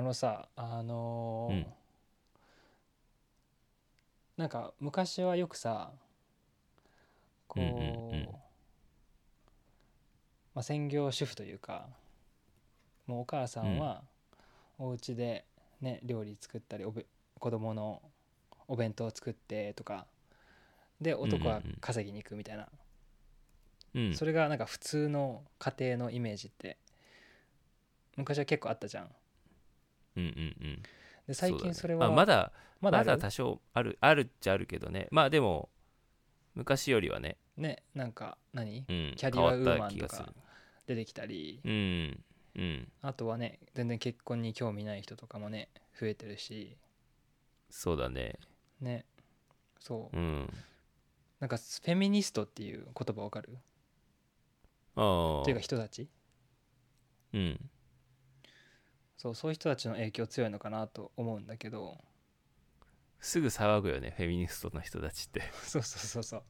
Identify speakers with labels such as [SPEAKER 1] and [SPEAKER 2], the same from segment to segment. [SPEAKER 1] のさあのー
[SPEAKER 2] うん
[SPEAKER 1] なんか昔はよくさこう,、
[SPEAKER 2] うんうんうん
[SPEAKER 1] まあ、専業主婦というかもうお母さんはお家でね料理作ったりおべ子供のお弁当作ってとかで
[SPEAKER 2] んうんうん
[SPEAKER 1] 男は稼ぎに行くみたいな、
[SPEAKER 2] うん
[SPEAKER 1] それがなんか普通の家庭のイメージって昔は結構あったじゃん
[SPEAKER 2] うんうんうん
[SPEAKER 1] で最近それ
[SPEAKER 2] そうだ
[SPEAKER 1] は
[SPEAKER 2] ねまあ、まだ
[SPEAKER 1] まだあ
[SPEAKER 2] ま
[SPEAKER 1] る
[SPEAKER 2] だ多少あるあるっちゃあるけどねまあでも昔よりはね、
[SPEAKER 1] ねなんか何
[SPEAKER 2] うん、
[SPEAKER 1] キャリア
[SPEAKER 2] 変わった気
[SPEAKER 1] ウーマンと
[SPEAKER 2] が
[SPEAKER 1] か
[SPEAKER 2] する
[SPEAKER 1] 出てきたり
[SPEAKER 2] うんうん
[SPEAKER 1] あとはね全然結婚に興味ない人とかもね増えてるし
[SPEAKER 2] そうだね
[SPEAKER 1] ねそう
[SPEAKER 2] うん
[SPEAKER 1] なんかフェミニストっていう言葉わかる
[SPEAKER 2] あ
[SPEAKER 1] と
[SPEAKER 2] あ
[SPEAKER 1] いうか人たち
[SPEAKER 2] うん
[SPEAKER 1] そうそういう人たちの影響強いのかなと思うんだけど
[SPEAKER 2] すぐ騒ぐよねフェミニストの人たちって
[SPEAKER 1] そうそうそうそう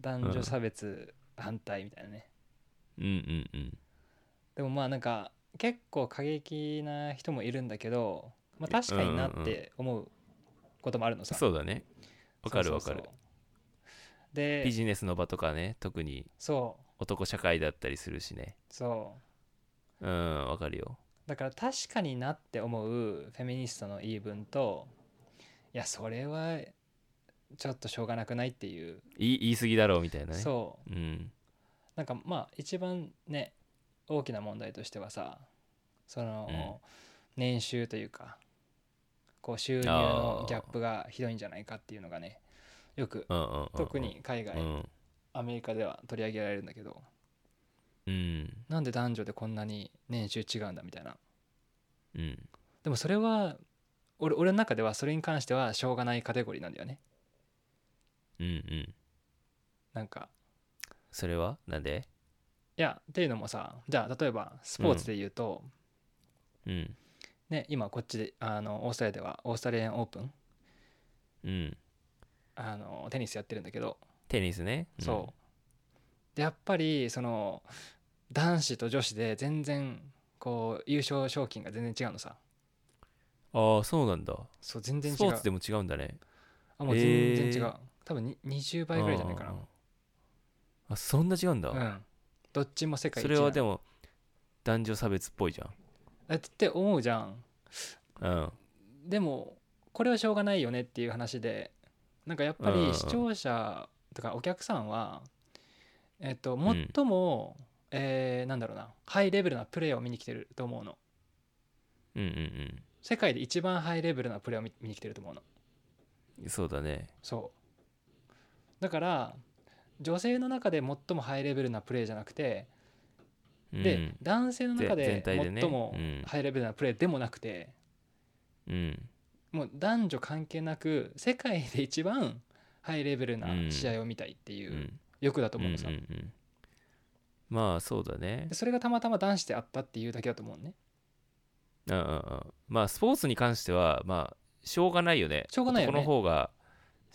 [SPEAKER 1] 男女差別反対みたいなね
[SPEAKER 2] うんうんうん
[SPEAKER 1] でもまあなんか結構過激な人もいるんだけど、まあ、確かになって思うこともあるのさ
[SPEAKER 2] そうだねわかる
[SPEAKER 1] そう
[SPEAKER 2] わ
[SPEAKER 1] そ
[SPEAKER 2] か
[SPEAKER 1] うそう
[SPEAKER 2] る
[SPEAKER 1] で
[SPEAKER 2] ビジネスの場とかね特に
[SPEAKER 1] そう
[SPEAKER 2] 男社会だったりするしね
[SPEAKER 1] そう
[SPEAKER 2] うんわかるよ
[SPEAKER 1] だから確かになって思うフェミニストの言い分といやそれはちょっとしょうがなくないっていう、
[SPEAKER 2] 言い言い過ぎだろうみたいなねう
[SPEAKER 1] そう
[SPEAKER 2] うん
[SPEAKER 1] なんかまあ一番ね大きな問題としてはさその、年収というかこう収入のギャップがひどいんじゃないかっていうのがねよく
[SPEAKER 2] うんうんうんうん
[SPEAKER 1] 特に海外、
[SPEAKER 2] うん
[SPEAKER 1] アメリカでは取り上げられるんだけど
[SPEAKER 2] うん
[SPEAKER 1] なんで男女でこんなに年収違うんだみたいな
[SPEAKER 2] うん
[SPEAKER 1] でもそれは俺俺の中ではそれに関してはしょうがないカテゴリーなんだよね
[SPEAKER 2] うんうん
[SPEAKER 1] なんか
[SPEAKER 2] それはなんで
[SPEAKER 1] いやっていうのもさじゃあ例えばスポーツで言うと、
[SPEAKER 2] うん
[SPEAKER 1] ね今こっちであのオーストラリアではオーストラリアンオープン
[SPEAKER 2] うん
[SPEAKER 1] あのテニスやってるんだけど、
[SPEAKER 2] テニスね
[SPEAKER 1] そうでやっぱりその男子と女子で全然こう優勝賞金が全然違うのさ
[SPEAKER 2] うんああそうなんだ
[SPEAKER 1] そう全然違
[SPEAKER 2] ス
[SPEAKER 1] う
[SPEAKER 2] ポーツでも違うんだね
[SPEAKER 1] あもう全然違う、
[SPEAKER 2] へー
[SPEAKER 1] 多分に20倍ぐらいじゃないか
[SPEAKER 2] あーあそんな違うんだ、
[SPEAKER 1] なうんどっちも世界一
[SPEAKER 2] それは
[SPEAKER 1] も
[SPEAKER 2] でも男女差別っぽいじ
[SPEAKER 1] って思うじゃん
[SPEAKER 2] ゃんうん
[SPEAKER 1] でもこれはしょうがないよねっていう話でなんかやっぱ
[SPEAKER 2] うんうんう
[SPEAKER 1] り
[SPEAKER 2] ん
[SPEAKER 1] 視聴者とかお客さんは、えっと、
[SPEAKER 2] ん
[SPEAKER 1] 最も、えーなんだろうなハイレベルなプレーを見に来てると思うの
[SPEAKER 2] うんうん
[SPEAKER 1] 世界で一番ハイレベルなプレーを見見に来てると思うの
[SPEAKER 2] うんそうだね
[SPEAKER 1] そうだから女性の中で最もハイレベルなプレーじゃなくてで、
[SPEAKER 2] うん
[SPEAKER 1] 男性の中
[SPEAKER 2] ぜ全
[SPEAKER 1] で
[SPEAKER 2] 体でね
[SPEAKER 1] 最も
[SPEAKER 2] うん
[SPEAKER 1] ハイレベルなプレーでもなくて、
[SPEAKER 2] うん
[SPEAKER 1] もう男女関係なく世界で一番ハイレベルな試合を見たいっていうう、
[SPEAKER 2] ん
[SPEAKER 1] 欲だと思うのさ、
[SPEAKER 2] んんんまあそうだね
[SPEAKER 1] でそれがたまたま男子であったっていうだけだと思うのね
[SPEAKER 2] うんうんうんまあスポーツに関してはまあしょうがないよね
[SPEAKER 1] しょうがないよね
[SPEAKER 2] 男の方が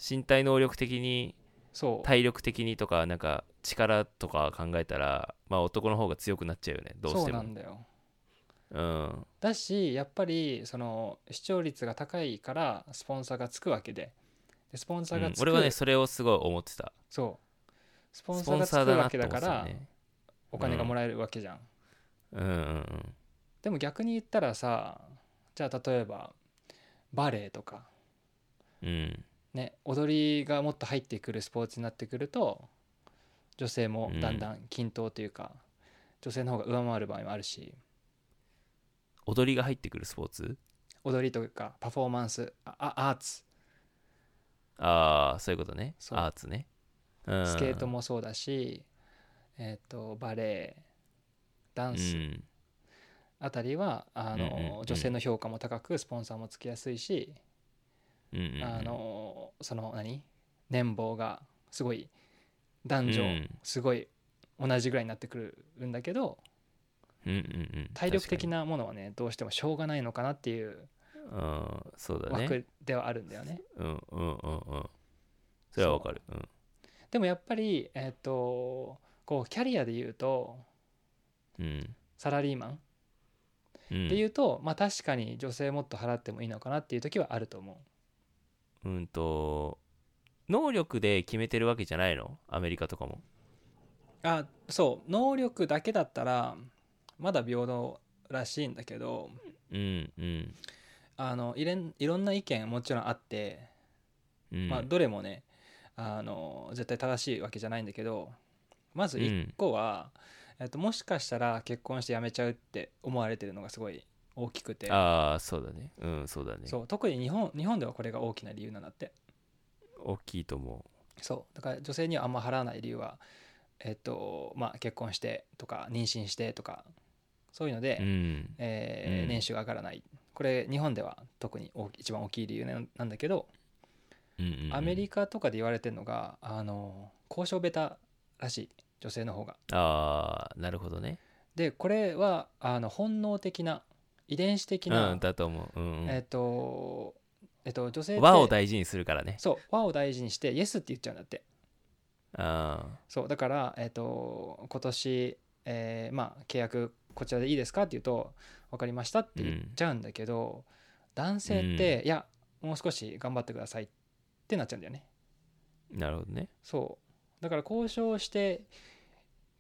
[SPEAKER 2] 身体能力的に
[SPEAKER 1] そう
[SPEAKER 2] 体力的にとかなんか力とか考えたらまあ男の方が強くなっちゃうよねどうし
[SPEAKER 1] そう
[SPEAKER 2] て
[SPEAKER 1] な
[SPEAKER 2] も
[SPEAKER 1] んだよ
[SPEAKER 2] うん
[SPEAKER 1] だしやっぱりその視聴率が高いからスポンサーがつくわけででスポンサー
[SPEAKER 2] う
[SPEAKER 1] が
[SPEAKER 2] ん
[SPEAKER 1] つく、
[SPEAKER 2] 俺はねそれをすごい思ってた
[SPEAKER 1] そうスポン
[SPEAKER 2] ス
[SPEAKER 1] サー
[SPEAKER 2] ポン
[SPEAKER 1] がつく
[SPEAKER 2] サーだな
[SPEAKER 1] わ
[SPEAKER 2] って
[SPEAKER 1] け
[SPEAKER 2] 思
[SPEAKER 1] だ
[SPEAKER 2] って
[SPEAKER 1] か
[SPEAKER 2] た
[SPEAKER 1] ら、
[SPEAKER 2] ね
[SPEAKER 1] お金がもらえるわけじゃん、
[SPEAKER 2] うんうんうん
[SPEAKER 1] でも逆に言ったらさじゃあ例えばバレエとか
[SPEAKER 2] うん
[SPEAKER 1] ね踊りがもっと入ってくるスポーツになってくると女性もだんだん均等というか、女性の方が上回る場合もあるし
[SPEAKER 2] 踊りが入ってくるスポーツ
[SPEAKER 1] 踊りとかパフォーマンスああアーツ
[SPEAKER 2] ああそういうことね
[SPEAKER 1] そう
[SPEAKER 2] アーツねうん
[SPEAKER 1] スケートもそうだし、えー、とバレエダ
[SPEAKER 2] う
[SPEAKER 1] ンス
[SPEAKER 2] ん
[SPEAKER 1] あたりは、あの
[SPEAKER 2] うんうんうん
[SPEAKER 1] 女性の評価も高くスポンサーもつきやすいし、
[SPEAKER 2] うんうんうん
[SPEAKER 1] あのその何年俸がすごい男女
[SPEAKER 2] うん
[SPEAKER 1] すごい同じぐらいになってくるんだけど、
[SPEAKER 2] うんうんうん
[SPEAKER 1] 体力的
[SPEAKER 2] 確
[SPEAKER 1] なものはねどうしてもしょうがないのかなっていう
[SPEAKER 2] かにうんそうだね
[SPEAKER 1] 枠ではあるんだよね。
[SPEAKER 2] うんうんうんうんそれはわかるうん
[SPEAKER 1] でもやっぱり、えー、とこうキャリアで言うと
[SPEAKER 2] うん
[SPEAKER 1] サラリーマン
[SPEAKER 2] うん
[SPEAKER 1] で言うと、まあ確かに女性もっと払ってもいいのかなっていう時はあると思
[SPEAKER 2] うんと能力で決めてるわけじゃないのアメリカとかも
[SPEAKER 1] うあそう能力だけだったらまだ平等らしいんだけど
[SPEAKER 2] うんうん
[SPEAKER 1] あのいれんいろんな意見もちろんあって、
[SPEAKER 2] うん
[SPEAKER 1] まあどれもねあの絶対正しいわけじゃないんだけどまず1個は、えっと、もしかしたら結婚して辞めちゃうって思われてるのがすごい大きくて
[SPEAKER 2] ああそうだねうんそうだね
[SPEAKER 1] そう特に日本日本ではこれが大きな理由なんだって
[SPEAKER 2] 大きいと思
[SPEAKER 1] そうだから女性にはあんま払わない理由は、えっとまあ、結婚してとか妊娠してとかそういうので、
[SPEAKER 2] ううん
[SPEAKER 1] えー
[SPEAKER 2] うん
[SPEAKER 1] 年収が上がらないこれ日本では特に大き一番大きい理由なんなんだけど、
[SPEAKER 2] うんうんうん
[SPEAKER 1] アメリカとかで言われてるのがあの交渉ベタらしい女性の方が。
[SPEAKER 2] ああなるほどね
[SPEAKER 1] でこれはあの本能的な遺伝子的な、
[SPEAKER 2] うんだと思ううんうん
[SPEAKER 1] えっ、とえっ、と女性って
[SPEAKER 2] 和を大事にするからね
[SPEAKER 1] そう和を大事にしてイエスって言っちゃうんだって
[SPEAKER 2] あ
[SPEAKER 1] そうだから、えっと今年、えーまあ、契約こちらでいいですかって言うと分かりましたって言っちゃうんだけど、男性って、いやもう少し頑張ってくださいってなっちゃうんだよね
[SPEAKER 2] あなるほどね
[SPEAKER 1] そうだから交渉して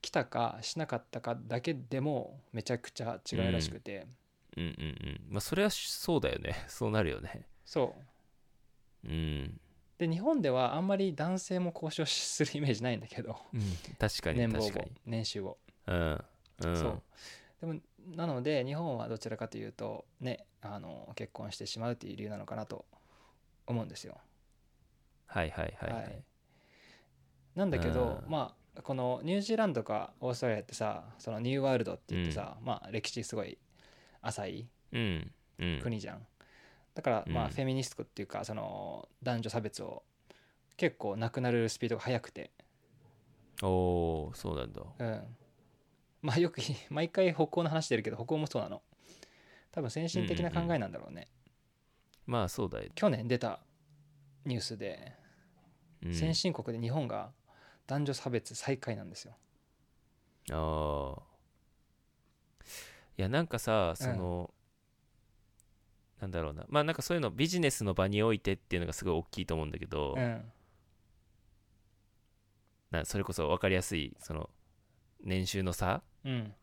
[SPEAKER 1] きたかしなかったかだけでもめちゃくちゃ違うらしくて、
[SPEAKER 2] うんうんうんまあそれはしそうだよね そうなるよね
[SPEAKER 1] そう
[SPEAKER 2] うん、
[SPEAKER 1] で日本ではあんまり男性も交渉しするイメージないんだけど
[SPEAKER 2] 確かに
[SPEAKER 1] 年俸
[SPEAKER 2] 確
[SPEAKER 1] を
[SPEAKER 2] かに
[SPEAKER 1] 年収を、
[SPEAKER 2] うんうん
[SPEAKER 1] そうでもなので日本はどちらかというとねあの結婚してしまうっていう理由なのかなと思うんですよ
[SPEAKER 2] はいはいはいは
[SPEAKER 1] はいいなんだけど、
[SPEAKER 2] うん
[SPEAKER 1] まあこのニュージーランドかオーストラリアってさそのニューワールドって言ってさ、まあ歴史すごい浅い
[SPEAKER 2] うんうん
[SPEAKER 1] 国じゃん、だからま
[SPEAKER 2] う
[SPEAKER 1] あ
[SPEAKER 2] ん
[SPEAKER 1] フェミニストっていうかその男女差別を結構なくなるスピードが速くて
[SPEAKER 2] おおそうなんだ
[SPEAKER 1] うん、まあよく毎回歩行の話してるけど歩行もそうなの多分先進的な考えなんだろうね、
[SPEAKER 2] まあそうだよ、
[SPEAKER 1] 去年出たニュースで、
[SPEAKER 2] うん、
[SPEAKER 1] 先進国で日本が男女差別最下位なんですよ
[SPEAKER 2] ああいやなんかさその、なんだろうなまあなんかそういうのビジネスの場においてっていうのがすごい大きいと思うんだけど、
[SPEAKER 1] うん
[SPEAKER 2] なそれこそ分かりやすいその年収の差
[SPEAKER 1] うん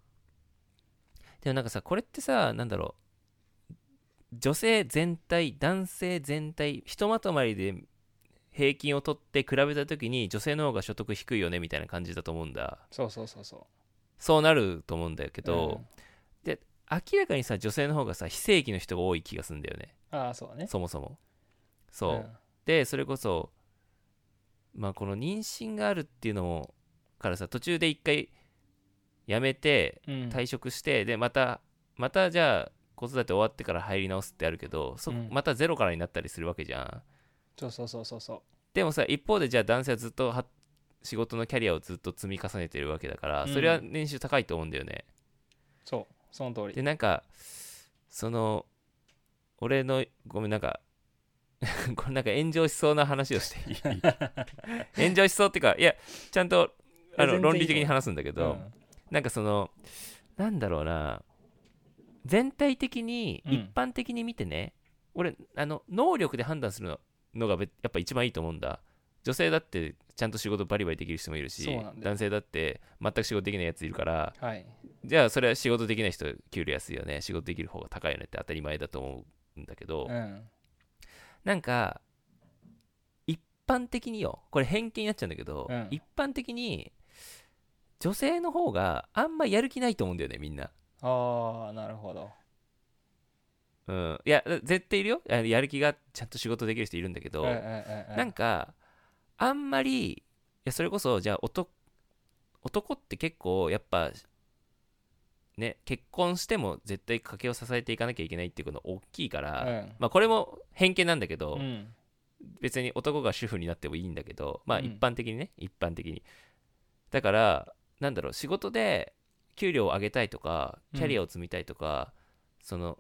[SPEAKER 2] でもなんかさこれってさなんだろう女性全体男性全体ひとまとまりで平均を取って比べた時に女性の方が所得低いよねみたいな感じだと思うんだ
[SPEAKER 1] そうそうそうそう
[SPEAKER 2] そうなると思うんだけど、
[SPEAKER 1] うん
[SPEAKER 2] 明らかにさ女性の方がさ非正規の人が多い気がするんだよね
[SPEAKER 1] ああそうだね
[SPEAKER 2] そもそもそう、でそれこそまあこの妊娠があるっていうのもからさ途中で一回やめて
[SPEAKER 1] うん、うん
[SPEAKER 2] 退職してでまたまたじゃあ子育て終わってから入り直すってあるけどそ
[SPEAKER 1] うん
[SPEAKER 2] またゼロからになったりするわけじゃん
[SPEAKER 1] そうそうそうそうそ
[SPEAKER 2] でもさ一方でじゃあ男性はずっとは仕事のキャリアをずっと積み重ねてるわけだからそれは
[SPEAKER 1] う
[SPEAKER 2] 年収高いと思うんだよね、
[SPEAKER 1] うそうその通り
[SPEAKER 2] でなんかその俺のごめんなんか これなんか炎上しそうな話をしていい 炎上しそうっていうかいやちゃんとあ
[SPEAKER 1] 全然いいと思
[SPEAKER 2] の
[SPEAKER 1] う
[SPEAKER 2] 論理的に話すんだけど、なんかそのなんだろうな全体的に
[SPEAKER 1] うん
[SPEAKER 2] 一般的に見てね、俺あの能力で判断するののがべやっぱ一番いいと思うんだ女性だってちゃんと仕事バリバリできる人もいるし
[SPEAKER 1] そうなんだよ
[SPEAKER 2] 男性だって全く仕事できないやついるから
[SPEAKER 1] うん、はい
[SPEAKER 2] じゃあそれは仕事できない人給料安いよね仕事できる方が高いよねって当たり前だと思うんだけど、
[SPEAKER 1] うん
[SPEAKER 2] なんか一般的によこれ偏見になっちゃうんだけど、
[SPEAKER 1] うん
[SPEAKER 2] 一般的に女性の方があんまやる気ないと思うんだよねみんな。
[SPEAKER 1] ああなるほど
[SPEAKER 2] うん、いや絶対いるよあのやる気がちゃんと仕事できる人いるんだけど、
[SPEAKER 1] うんうんうんうん
[SPEAKER 2] なんかあんまりいやそれこそじゃあ男男って結構やっぱね結婚しても絶対家計を支えていかなきゃいけないっていうの大きいから、
[SPEAKER 1] うん
[SPEAKER 2] まあこれも偏見なんだけど、
[SPEAKER 1] うん
[SPEAKER 2] 別に男が主婦になってもいいんだけどまあ
[SPEAKER 1] うん
[SPEAKER 2] 一般的にね、一般的にだからなんだろう仕事で給料を上げたいとか
[SPEAKER 1] うん
[SPEAKER 2] キャリアを積みたいとか、その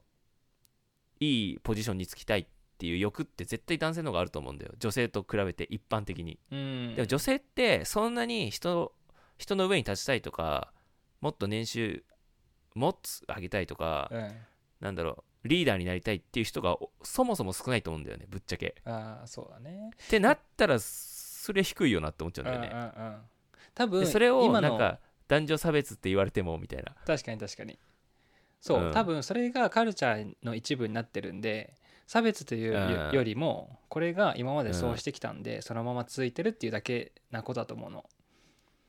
[SPEAKER 2] いいポジションにつきたいっていう欲って絶対男性の方があると思うんだよ女性と比べて一般的に、
[SPEAKER 1] うん
[SPEAKER 2] でも女性ってそんなに人人の上に立ちたいとかもっと年収もっと上げたいとか、
[SPEAKER 1] うん
[SPEAKER 2] なんだろうリーダーになりたいっていう人がおそもそも少ないと思うんだよねぶっちゃけ
[SPEAKER 1] ああそうだね
[SPEAKER 2] ってなったらそれ低いよなって思っちゃうん
[SPEAKER 1] うん
[SPEAKER 2] だ
[SPEAKER 1] う
[SPEAKER 2] よ
[SPEAKER 1] んう
[SPEAKER 2] ね
[SPEAKER 1] ん多分
[SPEAKER 2] でそれを
[SPEAKER 1] 今
[SPEAKER 2] な
[SPEAKER 1] の
[SPEAKER 2] んか男女差別って言われてもみたいな
[SPEAKER 1] 確かに確かにそう、
[SPEAKER 2] うん
[SPEAKER 1] 多分それがカルチャーの一部になってるんで差別というよ
[SPEAKER 2] うん
[SPEAKER 1] よりもこれが今までそうしてきたんで、そのまま続いてるっていうだけなことだと思うの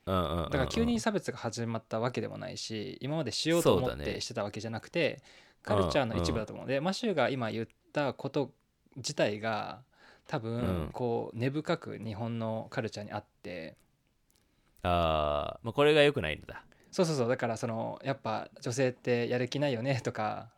[SPEAKER 2] うんうんうんう
[SPEAKER 1] だ
[SPEAKER 2] ん
[SPEAKER 1] から急に差別が始まったわけでもないし今までしようと思っ
[SPEAKER 2] そうだね
[SPEAKER 1] てしてたわけじゃなくて、カルチャーの一部だと思うので、マシューが今言ったこと自体が多
[SPEAKER 2] うん
[SPEAKER 1] 分こう根深く日本のカルチャーにあって
[SPEAKER 2] あー、まあこれが良くないんだ
[SPEAKER 1] そうそうそうだからそのやっぱ女性ってやる気ないよねとか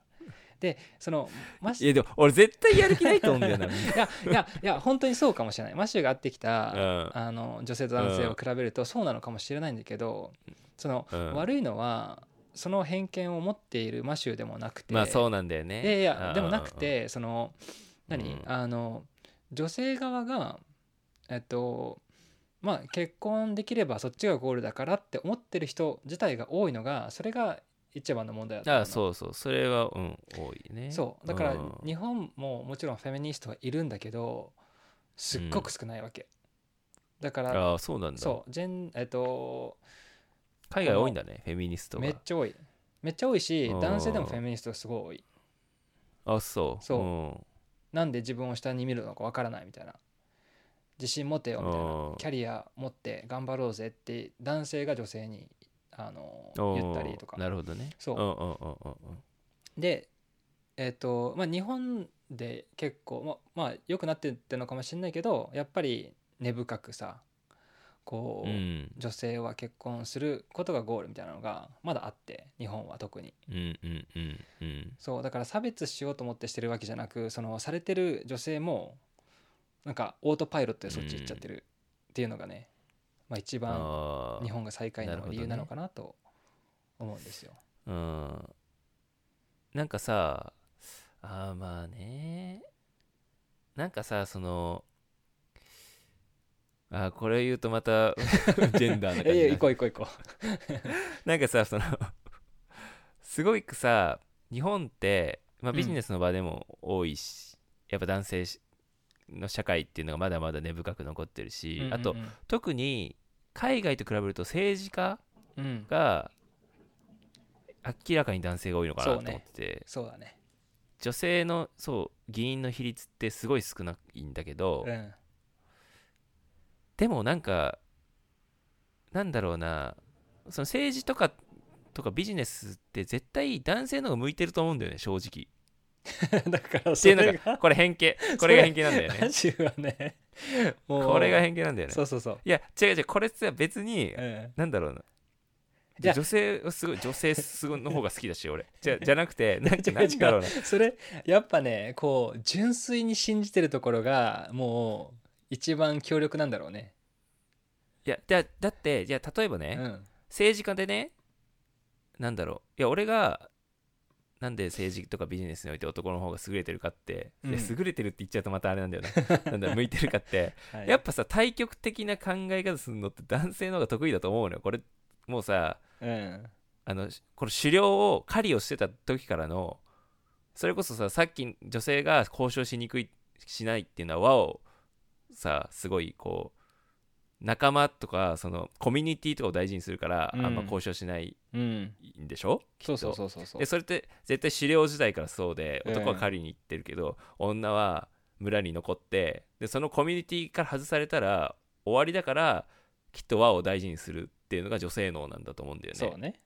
[SPEAKER 1] でそのマシ
[SPEAKER 2] いやでも俺絶対やる気ないと思う んだよな
[SPEAKER 1] いやいやいや本当にそうかもしれないマシューが会ってきた、
[SPEAKER 2] うん
[SPEAKER 1] あの女性と男性を比べるとそうなのかもしれないんだけど、その、
[SPEAKER 2] うん
[SPEAKER 1] 悪いのはその偏見を持っているマシューでもなくて、
[SPEAKER 2] まあそうなんだよね
[SPEAKER 1] いやい
[SPEAKER 2] うんうんう
[SPEAKER 1] や
[SPEAKER 2] ん
[SPEAKER 1] でもなくてその何、
[SPEAKER 2] うん
[SPEAKER 1] あの女性側がえっとまあ結婚できればそっちがゴールだからって思ってる人自体が多いのがそれが一番の問題だと思う
[SPEAKER 2] あ
[SPEAKER 1] の
[SPEAKER 2] そうそうそれはうん多いね
[SPEAKER 1] そうだから
[SPEAKER 2] ん
[SPEAKER 1] 日本ももちろんフェミニストはいるんだけどすっごく少ないわけ、だから
[SPEAKER 2] ああそうなんだ
[SPEAKER 1] そうジェンえっと
[SPEAKER 2] 海外多いんだねフェミニスト
[SPEAKER 1] めっ
[SPEAKER 2] が
[SPEAKER 1] ちゃ多いめっちゃ多いし
[SPEAKER 2] うん
[SPEAKER 1] 男性でもフェミニストすごい多い
[SPEAKER 2] あそう
[SPEAKER 1] そうんなんで自分を下に見るのかわからないみたいな自信持てよみたい
[SPEAKER 2] うん
[SPEAKER 1] なキャリア持って頑張ろうぜって男性が女性にあの
[SPEAKER 2] おー
[SPEAKER 1] 言ったりとか
[SPEAKER 2] なるほどね
[SPEAKER 1] そうん
[SPEAKER 2] うんうんうんうん
[SPEAKER 1] でえっ、とまあ日本で結構ままあ良くなってってのかもしれないけどやっぱり根深くさこう、
[SPEAKER 2] うん
[SPEAKER 1] 女性は結婚することがゴールみたいなのがまだあって日本は特に
[SPEAKER 2] うんうんうんうん
[SPEAKER 1] そうだから差別しようと思ってしてるわけじゃなくそのされてる女性もなんかオートパイロットでそっち行っちゃってるっていうのがね、まあ、一番
[SPEAKER 2] ああ
[SPEAKER 1] 日本が最下位
[SPEAKER 2] なる
[SPEAKER 1] の
[SPEAKER 2] ほど
[SPEAKER 1] 理
[SPEAKER 2] ね
[SPEAKER 1] 由なのかなと思うんですよ。
[SPEAKER 2] うんなんかさあーまあねなんかさそのあーこれを言うとまた ジェンダーな感じ
[SPEAKER 1] えいや行こ
[SPEAKER 2] う
[SPEAKER 1] う行こう行こ
[SPEAKER 2] なんかさそのすごくさ日本って、まあ、
[SPEAKER 1] うん
[SPEAKER 2] ビジネスの場でも多いし、やっぱ男性の社会っていうのがまだまだ根深く残ってる
[SPEAKER 1] ううん
[SPEAKER 2] し、
[SPEAKER 1] うんうん。
[SPEAKER 2] あと特に海外と比べると政治家
[SPEAKER 1] うん、
[SPEAKER 2] が明らかに男性が多いのかなと
[SPEAKER 1] そうね
[SPEAKER 2] 思ってて、
[SPEAKER 1] そうだね。
[SPEAKER 2] 女性のそう議員の比率ってすごい少ないんだけど、
[SPEAKER 1] うん
[SPEAKER 2] でもなんかなんだろうなその政治とかとかビジネスって絶対男性の方が向いてると思うんだよね正直
[SPEAKER 1] だから
[SPEAKER 2] っ
[SPEAKER 1] そ
[SPEAKER 2] てい
[SPEAKER 1] れ
[SPEAKER 2] うなんか
[SPEAKER 1] が
[SPEAKER 2] これ偏見これが偏見なんだ よ
[SPEAKER 1] マ
[SPEAKER 2] ね
[SPEAKER 1] ジはねもう
[SPEAKER 2] これが偏見なんだよね
[SPEAKER 1] そうそうそう。
[SPEAKER 2] いや違う違うこれさ別に
[SPEAKER 1] うん
[SPEAKER 2] なんだろうな。
[SPEAKER 1] じゃあ
[SPEAKER 2] 女性はすごい女性すごいの方が好きだし俺じゃじゃな くてなんかなんだろうな
[SPEAKER 1] それやっぱねこう純粋に信じてるところがもう一番強力なんだろうね。
[SPEAKER 2] いやだだってじゃあ例えばね、
[SPEAKER 1] うん
[SPEAKER 2] 政治家でねなんだろういや俺がなんで政治とかビジネスにおいて男の方が優れてるかって、いや
[SPEAKER 1] うん
[SPEAKER 2] 優れてるって言っちゃうとまたあれな んだよななんだろう向いてるかって
[SPEAKER 1] はい
[SPEAKER 2] やっぱさ対極的な考え方するのって男性の方が得意だと思うのよこれもうさ
[SPEAKER 1] うん
[SPEAKER 2] あのこの狩猟を狩りをしてた時からのそれこそささっき女性が交渉しにくいしないっていうのは和をさすごいこう仲間とかそのコミュニティとかを大事にするから、
[SPEAKER 1] うん
[SPEAKER 2] あんま交渉しない
[SPEAKER 1] うん
[SPEAKER 2] んでしょ
[SPEAKER 1] そうそうそうそうそう
[SPEAKER 2] でそれって絶対狩猟時代からそうで
[SPEAKER 1] うん
[SPEAKER 2] 男は狩りに行ってるけど、女は村に残ってでそのコミュニティから外されたら終わりだからきっと和を大事にするっていうのが女性能なんだと思うんだよね。
[SPEAKER 1] そうね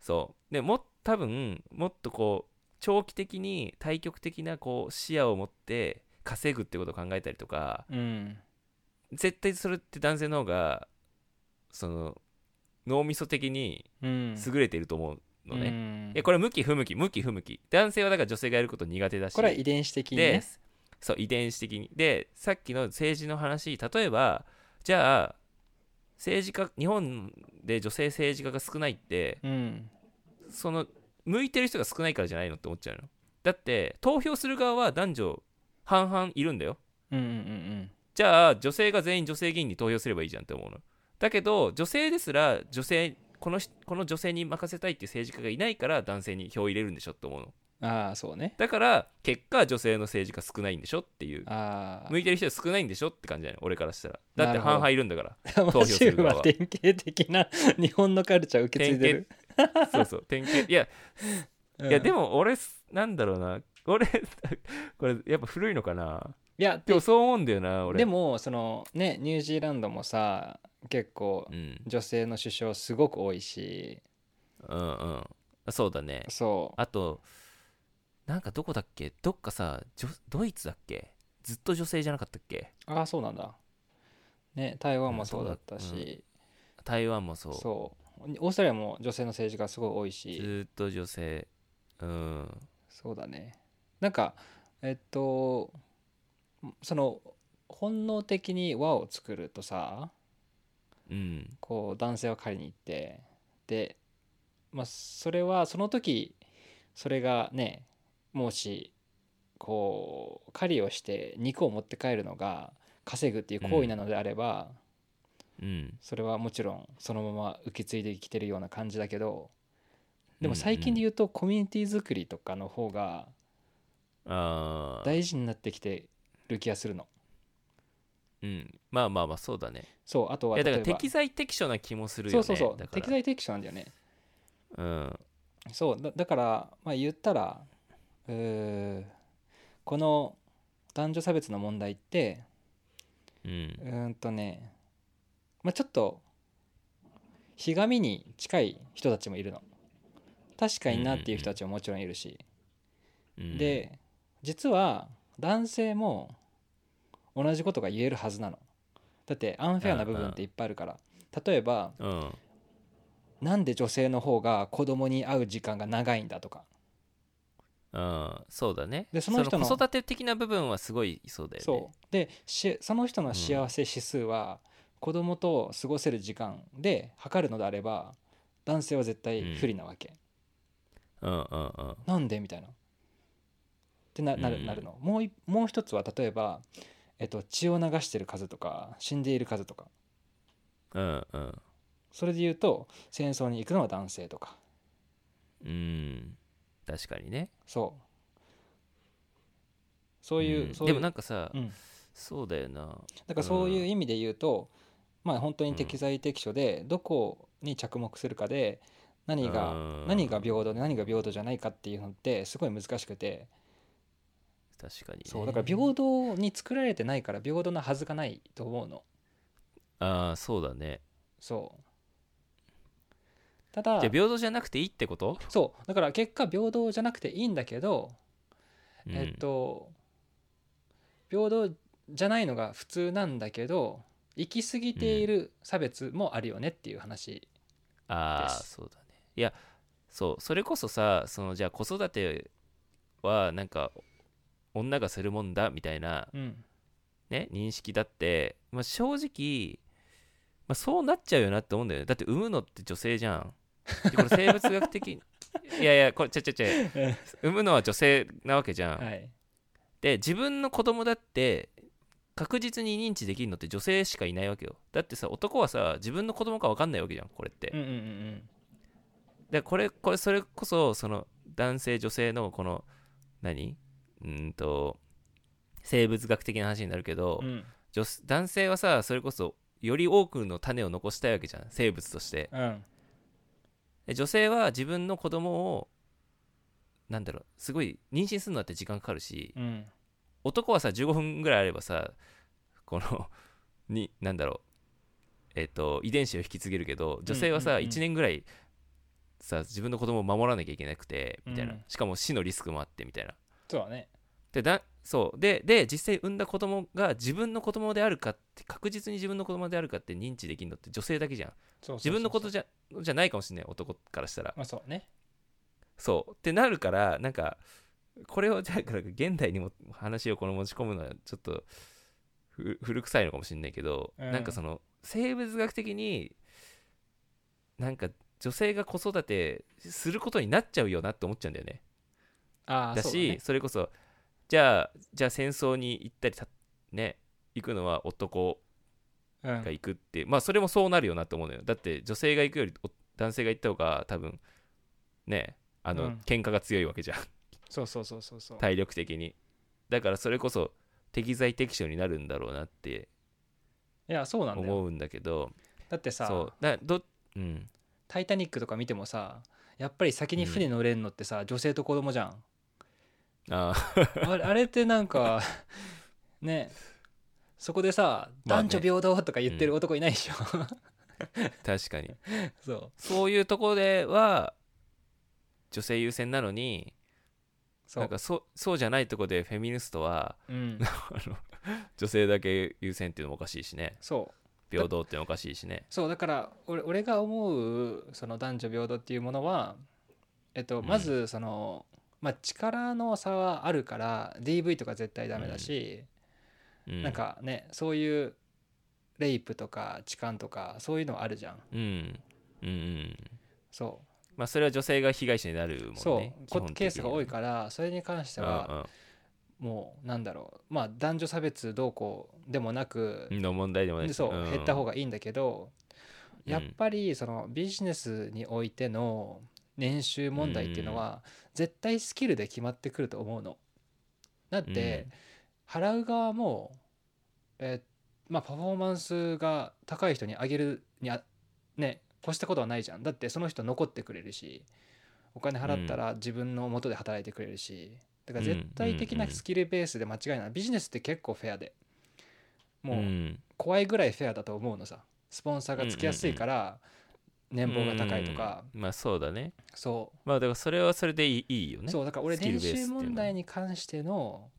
[SPEAKER 2] そうでも多分もっとこう長期的に対極的なこう視野を持って稼ぐってことを考えたりとか
[SPEAKER 1] うん
[SPEAKER 2] 絶対それって男性の方がその脳みそ的に
[SPEAKER 1] うん
[SPEAKER 2] 優れていると思うのね、
[SPEAKER 1] ね
[SPEAKER 2] えこれ向き不向き向き不向き男性はだから女性がやること苦手だし
[SPEAKER 1] これは遺伝子的に
[SPEAKER 2] で
[SPEAKER 1] ね
[SPEAKER 2] そう遺伝子的にでさっきの政治の話例えばじゃあ政治家日本で女性政治家が少ないって
[SPEAKER 1] うん
[SPEAKER 2] その向いてる人が少ないからじゃないのって思っちゃうのだって投票する側は男女半々いるんだよ
[SPEAKER 1] うんうんうん
[SPEAKER 2] じゃあ女性が全員女性議員に投票すればいいじゃんって思うのだけど女性ですら女性この人この女性に任せたいっていう政治家がいないから男性に票を入れるんでしょって思うの
[SPEAKER 1] ああそうね
[SPEAKER 2] だから結果女性の政治家少ないんでしょっていう
[SPEAKER 1] ああ
[SPEAKER 2] 向いてる人は少ないんでしょって感じだよね俺からしたらだっ
[SPEAKER 1] な
[SPEAKER 2] て
[SPEAKER 1] るほど
[SPEAKER 2] 半々いるんだから
[SPEAKER 1] マ
[SPEAKER 2] 投票す
[SPEAKER 1] シュ
[SPEAKER 2] る
[SPEAKER 1] ー
[SPEAKER 2] 側
[SPEAKER 1] は
[SPEAKER 2] は
[SPEAKER 1] 典型的な 日本のカルチャー受け継いでる、
[SPEAKER 2] そうそう典型いや
[SPEAKER 1] うん
[SPEAKER 2] いやでも俺すなんだろうな俺 これやっぱ古いのかない
[SPEAKER 1] や
[SPEAKER 2] で
[SPEAKER 1] で
[SPEAKER 2] もそう思うんだよな俺
[SPEAKER 1] でもそのねニュージーランドもさ結構
[SPEAKER 2] うん
[SPEAKER 1] 女性の首相すごく多いし
[SPEAKER 2] うんうんそうだね
[SPEAKER 1] そう
[SPEAKER 2] あとなんかどこだっけどっかさじょドイツだっけずっと女性じゃなかったっけ
[SPEAKER 1] ああそうなんだね台湾もそうだった
[SPEAKER 2] うんそう
[SPEAKER 1] し、
[SPEAKER 2] 台湾もそう
[SPEAKER 1] そうオーストラリアも女性の政治家すごい多い
[SPEAKER 2] ず
[SPEAKER 1] し
[SPEAKER 2] ーっと女性うん
[SPEAKER 1] そうだねなんかえっとその本能的に輪を作るとさ
[SPEAKER 2] うん
[SPEAKER 1] こう男性を借りに行ってでまあそれはその時それがねもしこう狩りをして肉を持って帰るのが稼ぐっていう行為なのであれば、
[SPEAKER 2] うん
[SPEAKER 1] それはもちろんそのまま受け継いできてるような感じだけどで
[SPEAKER 2] うん
[SPEAKER 1] も最近で言うとコミュニティ作りとかの方が
[SPEAKER 2] ああ
[SPEAKER 1] 大事になってきてる気がするの。
[SPEAKER 2] うんまあまあまあそうだね
[SPEAKER 1] そうあと
[SPEAKER 2] い
[SPEAKER 1] は
[SPEAKER 2] やだから
[SPEAKER 1] 例えば
[SPEAKER 2] 適材適所な気もするよ
[SPEAKER 1] そ
[SPEAKER 2] ね
[SPEAKER 1] うそうそう
[SPEAKER 2] だから
[SPEAKER 1] 適材適所なんだよね。
[SPEAKER 2] うん
[SPEAKER 1] そうだだから、まあ、言ったらうーこの男女差別の問題って
[SPEAKER 2] うん
[SPEAKER 1] うーんとね、まあ、ちょっとひがみに近い人たちもいるの確かになっていう人たちももちろんいるし、
[SPEAKER 2] うん
[SPEAKER 1] で実は男性も同じことが言えるはずなのだってアンフェアな部分っていっぱいあるから例えば
[SPEAKER 2] うん
[SPEAKER 1] なんで女性の方が子供に会う時間が長いんだとか
[SPEAKER 2] うんそうだね
[SPEAKER 1] でその人の
[SPEAKER 2] 子育て的な部分はすごいそうだよね
[SPEAKER 1] そうでしその人の幸せ指数は、子供と過ごせる時間で測るのであれば男性は絶対不利なわけ、
[SPEAKER 2] うんうんうん
[SPEAKER 1] なんでみたいなってなな
[SPEAKER 2] う
[SPEAKER 1] る
[SPEAKER 2] ん
[SPEAKER 1] なるの、もういもう一つは例えば、えっと、血を流してる数とか死んでいる数とか
[SPEAKER 2] うんうん
[SPEAKER 1] それで言うと戦争に行くのは男性とか
[SPEAKER 2] うん確かにね
[SPEAKER 1] そうそういう、
[SPEAKER 2] ん
[SPEAKER 1] そうい
[SPEAKER 2] で
[SPEAKER 1] う
[SPEAKER 2] もなんかさ
[SPEAKER 1] うん
[SPEAKER 2] そうだよな
[SPEAKER 1] だからそういう意味で言うと、まあ本当に適材適所でどこに着目するかで何が、
[SPEAKER 2] うん
[SPEAKER 1] 何が平等で何が平等じゃないかっていうのってすごい難しくて
[SPEAKER 2] 確かにね
[SPEAKER 1] そうだから平等に作られてないから平等なはずがないと思うの
[SPEAKER 2] ああそうだね
[SPEAKER 1] そうただ
[SPEAKER 2] じゃあ平等じゃなくていいってこと
[SPEAKER 1] そうだから結果平等じゃなくていいんだけど、えっと平等じゃないのが普通なんだけど行き過ぎている差別もあるよねっていう話、
[SPEAKER 2] うんああ
[SPEAKER 1] です
[SPEAKER 2] そうだねいやそうそれこそさそのじゃあ子育てはなんか女がするもんだみたいな
[SPEAKER 1] うん、
[SPEAKER 2] ね、認識だって、まあ、正直、まあ、そうなっちゃうよなって思うんだよねだって産むのって女性じゃんでこれ生物学的に いやいやこれちゃちゃちゃ産むのは女性なわけじゃん、
[SPEAKER 1] はい
[SPEAKER 2] で自分の子供だって確実に認知できるのって女性しかいないわけよだってさ男はさ自分の子供か分かんないわけじゃんこれって、
[SPEAKER 1] うんうんうん
[SPEAKER 2] でこれこれそれこそその男性女性のこの何うーんと生物学的な話になるけど、
[SPEAKER 1] うんうん
[SPEAKER 2] 女性男性はさそれこそより多くの種を残したいわけじゃん生物として
[SPEAKER 1] うん
[SPEAKER 2] で女性は自分の子供をなんだろうすごい妊娠するのだって時間かかるし
[SPEAKER 1] うん
[SPEAKER 2] 男はさ15分ぐらいあればさこのになんだろうえっ、と遺伝子を引き継げるけど女性は
[SPEAKER 1] うん
[SPEAKER 2] さ、
[SPEAKER 1] うんうん
[SPEAKER 2] 1年ぐらいさ自分の子供を守らなきゃいけなくてみたいな、
[SPEAKER 1] うん
[SPEAKER 2] しかも死のリスクもあってみたいな
[SPEAKER 1] そうだね
[SPEAKER 2] でだそうでで実際産んだ子供が自分の子供であるかって確実に自分の子供であるかって認知できるのって女性だけじゃん
[SPEAKER 1] そうそうそうそう
[SPEAKER 2] 自分のことじゃじゃないかもしれない男からしたら
[SPEAKER 1] まあそうね
[SPEAKER 2] そうってなるからなんかこれをじゃあなんか現代にも話をこの持ち込むのはちょっとふ古臭いのかもしれないけど、
[SPEAKER 1] うん
[SPEAKER 2] なんかその生物学的になんか女性が子育てすることになっちゃうよなって思っちゃうんだよね
[SPEAKER 1] ああ
[SPEAKER 2] だしそれこそじゃあじゃあ戦争に行ったりたね行くのは男
[SPEAKER 1] そうだね
[SPEAKER 2] が行くって、まあそれもそうなるよなと思うのよだって女性が行くよりお男性が行った方が多分ねあ
[SPEAKER 1] う
[SPEAKER 2] の、
[SPEAKER 1] ん
[SPEAKER 2] 喧嘩が強いわけじゃん
[SPEAKER 1] そうそうそうそうそう
[SPEAKER 2] 体力的にだからそれこそ適材適所になるんだろうなって
[SPEAKER 1] いやそうなんだよ
[SPEAKER 2] 思うんだけど
[SPEAKER 1] だってさ
[SPEAKER 2] そうだどうん
[SPEAKER 1] 「タイタニック」とか見てもさやっぱり先に船乗れるのってさ、女性と子供じゃ ん
[SPEAKER 2] あー
[SPEAKER 1] あれあれってなん かねそこでさ「
[SPEAKER 2] まあね
[SPEAKER 1] 男女平等」とか言ってる男いないでしょ、
[SPEAKER 2] 確かに
[SPEAKER 1] そう
[SPEAKER 2] そういうところでは女性優先なのに
[SPEAKER 1] そう
[SPEAKER 2] なんかそそうじゃないところでフェミニストは
[SPEAKER 1] うん、
[SPEAKER 2] 女性だけ優先っていうのもおかしいしね
[SPEAKER 1] そう
[SPEAKER 2] 平等っていうのもおかしいしね
[SPEAKER 1] そうだから俺俺が思うその男女平等っていうものは、えっと、
[SPEAKER 2] うん
[SPEAKER 1] まずその、まあ、力の差はあるから DV とか絶対ダメだし、
[SPEAKER 2] う
[SPEAKER 1] なんかねそういうレイプとか痴漢とかそういうのはあるじゃん
[SPEAKER 2] うんうんうん
[SPEAKER 1] そ
[SPEAKER 2] まあそれは女性が被害者になるも
[SPEAKER 1] う
[SPEAKER 2] んね
[SPEAKER 1] そう
[SPEAKER 2] 基
[SPEAKER 1] こ
[SPEAKER 2] 本的に
[SPEAKER 1] ケースが多いからそれに関して
[SPEAKER 2] うん
[SPEAKER 1] は
[SPEAKER 2] うん
[SPEAKER 1] もうなんだろうまあ男女差別どうこうでもなく
[SPEAKER 2] の問題でもない
[SPEAKER 1] でそう
[SPEAKER 2] うん
[SPEAKER 1] 減った方がいいんだけど
[SPEAKER 2] うん
[SPEAKER 1] やっぱりそのビジネスにおいての年収問題っていうのは絶対スキルで決まってくると思うの。だって払う側も、えーまあ、パフォーマンスが高い人にあげるにあね越したことはないじゃんだってその人残ってくれるしお金払ったら自分の元で働いてくれるしだから絶対的なスキルベースで間違いないビジネスって結構フェアでもう、
[SPEAKER 2] ん
[SPEAKER 1] 怖いぐらいフェアだと思うのさスポンサーがつきやすいから年俸が高いとか、
[SPEAKER 2] うんまあそうだね
[SPEAKER 1] そ
[SPEAKER 2] まあだからそれはそれでいいいいよ
[SPEAKER 1] う、
[SPEAKER 2] ね
[SPEAKER 1] そうだから俺
[SPEAKER 2] スキル
[SPEAKER 1] 年
[SPEAKER 2] ベースってい
[SPEAKER 1] 収
[SPEAKER 2] うのは
[SPEAKER 1] 問題に関しての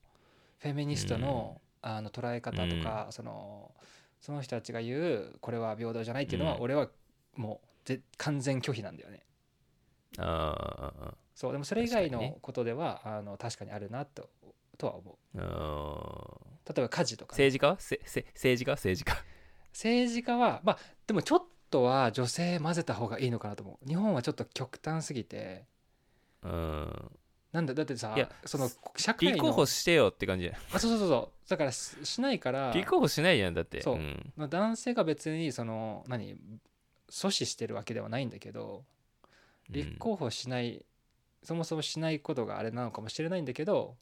[SPEAKER 1] フェミニストの,、あの捉え方とか、そのその人たちが言うこれは平等じゃないっていうのは、
[SPEAKER 2] うん
[SPEAKER 1] 俺はもうぜ完全拒否なんだよね
[SPEAKER 2] あーあー
[SPEAKER 1] そうでもそれ以外
[SPEAKER 2] 確かに
[SPEAKER 1] の
[SPEAKER 2] ね
[SPEAKER 1] ことではあの確かにあるなととは思
[SPEAKER 2] あーあー
[SPEAKER 1] う例えば家事とかね、
[SPEAKER 2] 政治家はせせ政治家政治家
[SPEAKER 1] 政治家はまあでもちょっとは女性混ぜた方がいいのかなと思う日本はちょっと極端すぎて
[SPEAKER 2] うん
[SPEAKER 1] なんだだってさ
[SPEAKER 2] いや
[SPEAKER 1] その
[SPEAKER 2] す
[SPEAKER 1] 社会の
[SPEAKER 2] 立候補してよって感じじゃん
[SPEAKER 1] あそうそうそうそうだからししないから
[SPEAKER 2] 立候補しないじゃんだって
[SPEAKER 1] そうんまあ男性が別にその何阻止してるわけではないんだけど立候補しない、そもそもしないことがあれなのかもしれないんだけど、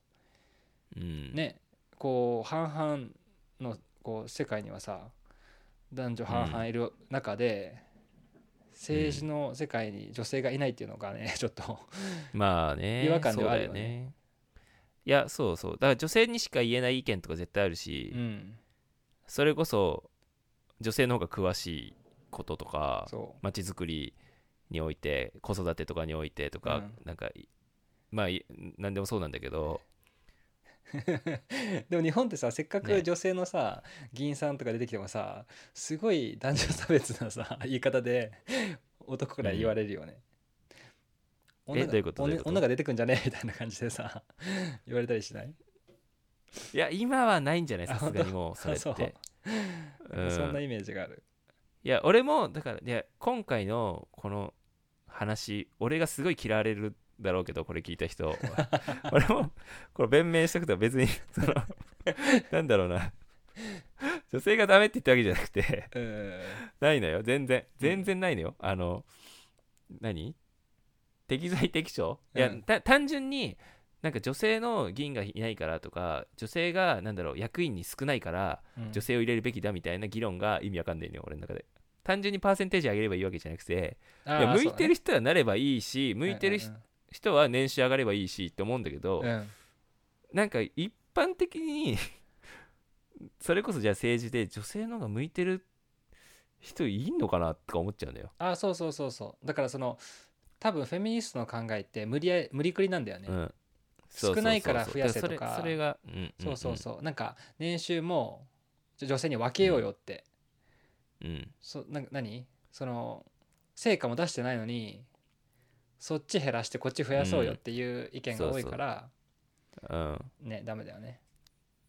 [SPEAKER 2] うん
[SPEAKER 1] ねこう半々のこう世界にはさ男女半々いる中で、政治の世界に女性がいないっていうのがねちょっと
[SPEAKER 2] まあね
[SPEAKER 1] 違和感ではあるよね
[SPEAKER 2] そうだいやそうそうだから女性にしか言えない意見とか絶対あるし、
[SPEAKER 1] うん
[SPEAKER 2] それこそ女性の方が詳しいこととか
[SPEAKER 1] そ
[SPEAKER 2] 街づくりにおいて子育てとかにおいてとか、
[SPEAKER 1] うん
[SPEAKER 2] なんかいまあい何でもそうなんだけど
[SPEAKER 1] うでも日本ってさせっか
[SPEAKER 2] ね
[SPEAKER 1] く女性のさ、議員さんとか出てきてもさすごい男女差別なさ言い方で男から言われるよね、
[SPEAKER 2] ん
[SPEAKER 1] 女
[SPEAKER 2] え
[SPEAKER 1] が
[SPEAKER 2] どういうこと
[SPEAKER 1] 女
[SPEAKER 2] どういうこと
[SPEAKER 1] 女が出てくんじゃねえみたいな感じでさ言われたりしない
[SPEAKER 2] いや今はないんじゃない
[SPEAKER 1] あ
[SPEAKER 2] さすが にもうそれっ
[SPEAKER 1] 本当
[SPEAKER 2] て。うん
[SPEAKER 1] そんなイメージがある
[SPEAKER 2] いや俺もだからいや今回のこの話俺がすごい嫌われるだろうけどこれ聞い た人俺もこれ弁明したくては別に そのなんだろうな女性がダメって言ったわけじゃなくて
[SPEAKER 1] うん
[SPEAKER 2] ないのよ全然全然ないのよ、あの何適材適所、いや
[SPEAKER 1] うん
[SPEAKER 2] た単純になんか女性の議員がいないからとか女性がなんだろう役員に少ないから
[SPEAKER 1] うん
[SPEAKER 2] 女性を入れるべきだみたいな議論が意味わかんないのよ俺の中で単純にパーセンテージ上げればいいわけじゃなくてい
[SPEAKER 1] あー
[SPEAKER 2] や向
[SPEAKER 1] そう
[SPEAKER 2] いて
[SPEAKER 1] だね
[SPEAKER 2] る人はなればいいし向いてる
[SPEAKER 1] うん
[SPEAKER 2] 人は年収上がればいいしって思うんだけど
[SPEAKER 1] うんうん
[SPEAKER 2] なんか一般的に それこそじゃあ政治で女性の方が向いてる人いんのかなとか思っちゃうんだよ
[SPEAKER 1] あそうそうそうそうだからその多分フェミニストの考えって無理や無理くりなんだよね、
[SPEAKER 2] うんそうそうそ
[SPEAKER 1] 少
[SPEAKER 2] う
[SPEAKER 1] ないから増やせとか
[SPEAKER 2] だらそれそれが、んんん
[SPEAKER 1] そうそうそう、なんか年収もじゃ女性に分けようよって、
[SPEAKER 2] うん
[SPEAKER 1] そな何その成果も出してないのにそっち減らしてこっち増やそうよっていう意見が多いから、
[SPEAKER 2] うん
[SPEAKER 1] ねダメだよね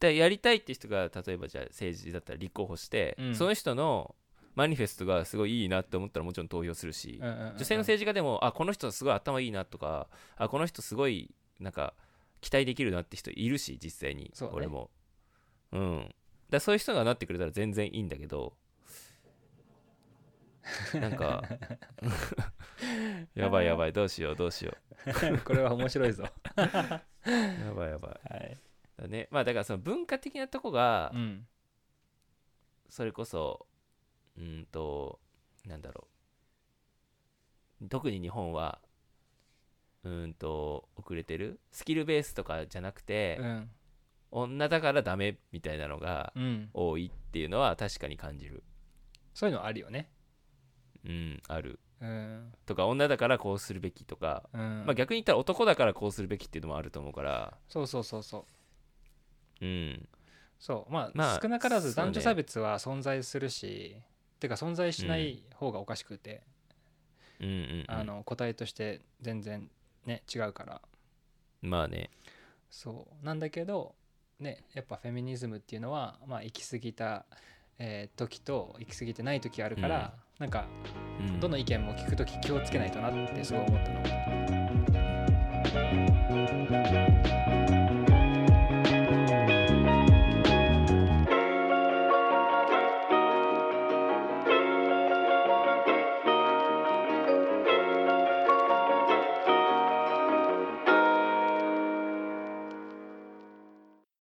[SPEAKER 2] でやりたいって人が例えばじゃあ政治だったら立候補して、
[SPEAKER 1] うん
[SPEAKER 2] その人のマニフェストがすごいいいなって思ったらもちろん投票するし、
[SPEAKER 1] うんうんうんうん
[SPEAKER 2] 女性の政治家でもあこの人すごい頭いいなとかあこの人すごいなんか期待できるなって人いるし実際に、
[SPEAKER 1] そうね
[SPEAKER 2] 俺もうんだからそういう人がなってくれたら全然いいんだけ どなんか やばいやばいどうしようどうしよう
[SPEAKER 1] これは面白いぞ
[SPEAKER 2] ばいやばい
[SPEAKER 1] はい。
[SPEAKER 2] だねまあだからその文化的なとこが
[SPEAKER 1] うん。
[SPEAKER 2] それこそうーんとなんだろう特に日本はうーんと遅れてるスキルベースとかじゃなくて
[SPEAKER 1] う、ん。
[SPEAKER 2] 女だからダメみたいなのが
[SPEAKER 1] うん。
[SPEAKER 2] 多いっていうのは確かに感じる
[SPEAKER 1] そういうのあるよね。
[SPEAKER 2] うんある
[SPEAKER 1] うん。
[SPEAKER 2] とか女だからこうするべきとか、
[SPEAKER 1] うん。
[SPEAKER 2] まあ逆に言ったら男だからこうするべきっていうのもあると思うから
[SPEAKER 1] そうそうそうそう。
[SPEAKER 2] うん
[SPEAKER 1] そう。まあ、
[SPEAKER 2] まあ
[SPEAKER 1] 少なからず
[SPEAKER 2] そうね
[SPEAKER 1] 男女差別は存在するし、てか存在しない方がおかしくて、
[SPEAKER 2] うんうんうん、
[SPEAKER 1] あの個体として全然ね、違うから。
[SPEAKER 2] まあね
[SPEAKER 1] そうなんだけどねやっぱフェミニズムっていうのは、まあ、行き過ぎた、えー時と行き過ぎてない時あるから、なんか
[SPEAKER 2] うん
[SPEAKER 1] どの意見も聞く時気をつけないとなってすごい思ったの。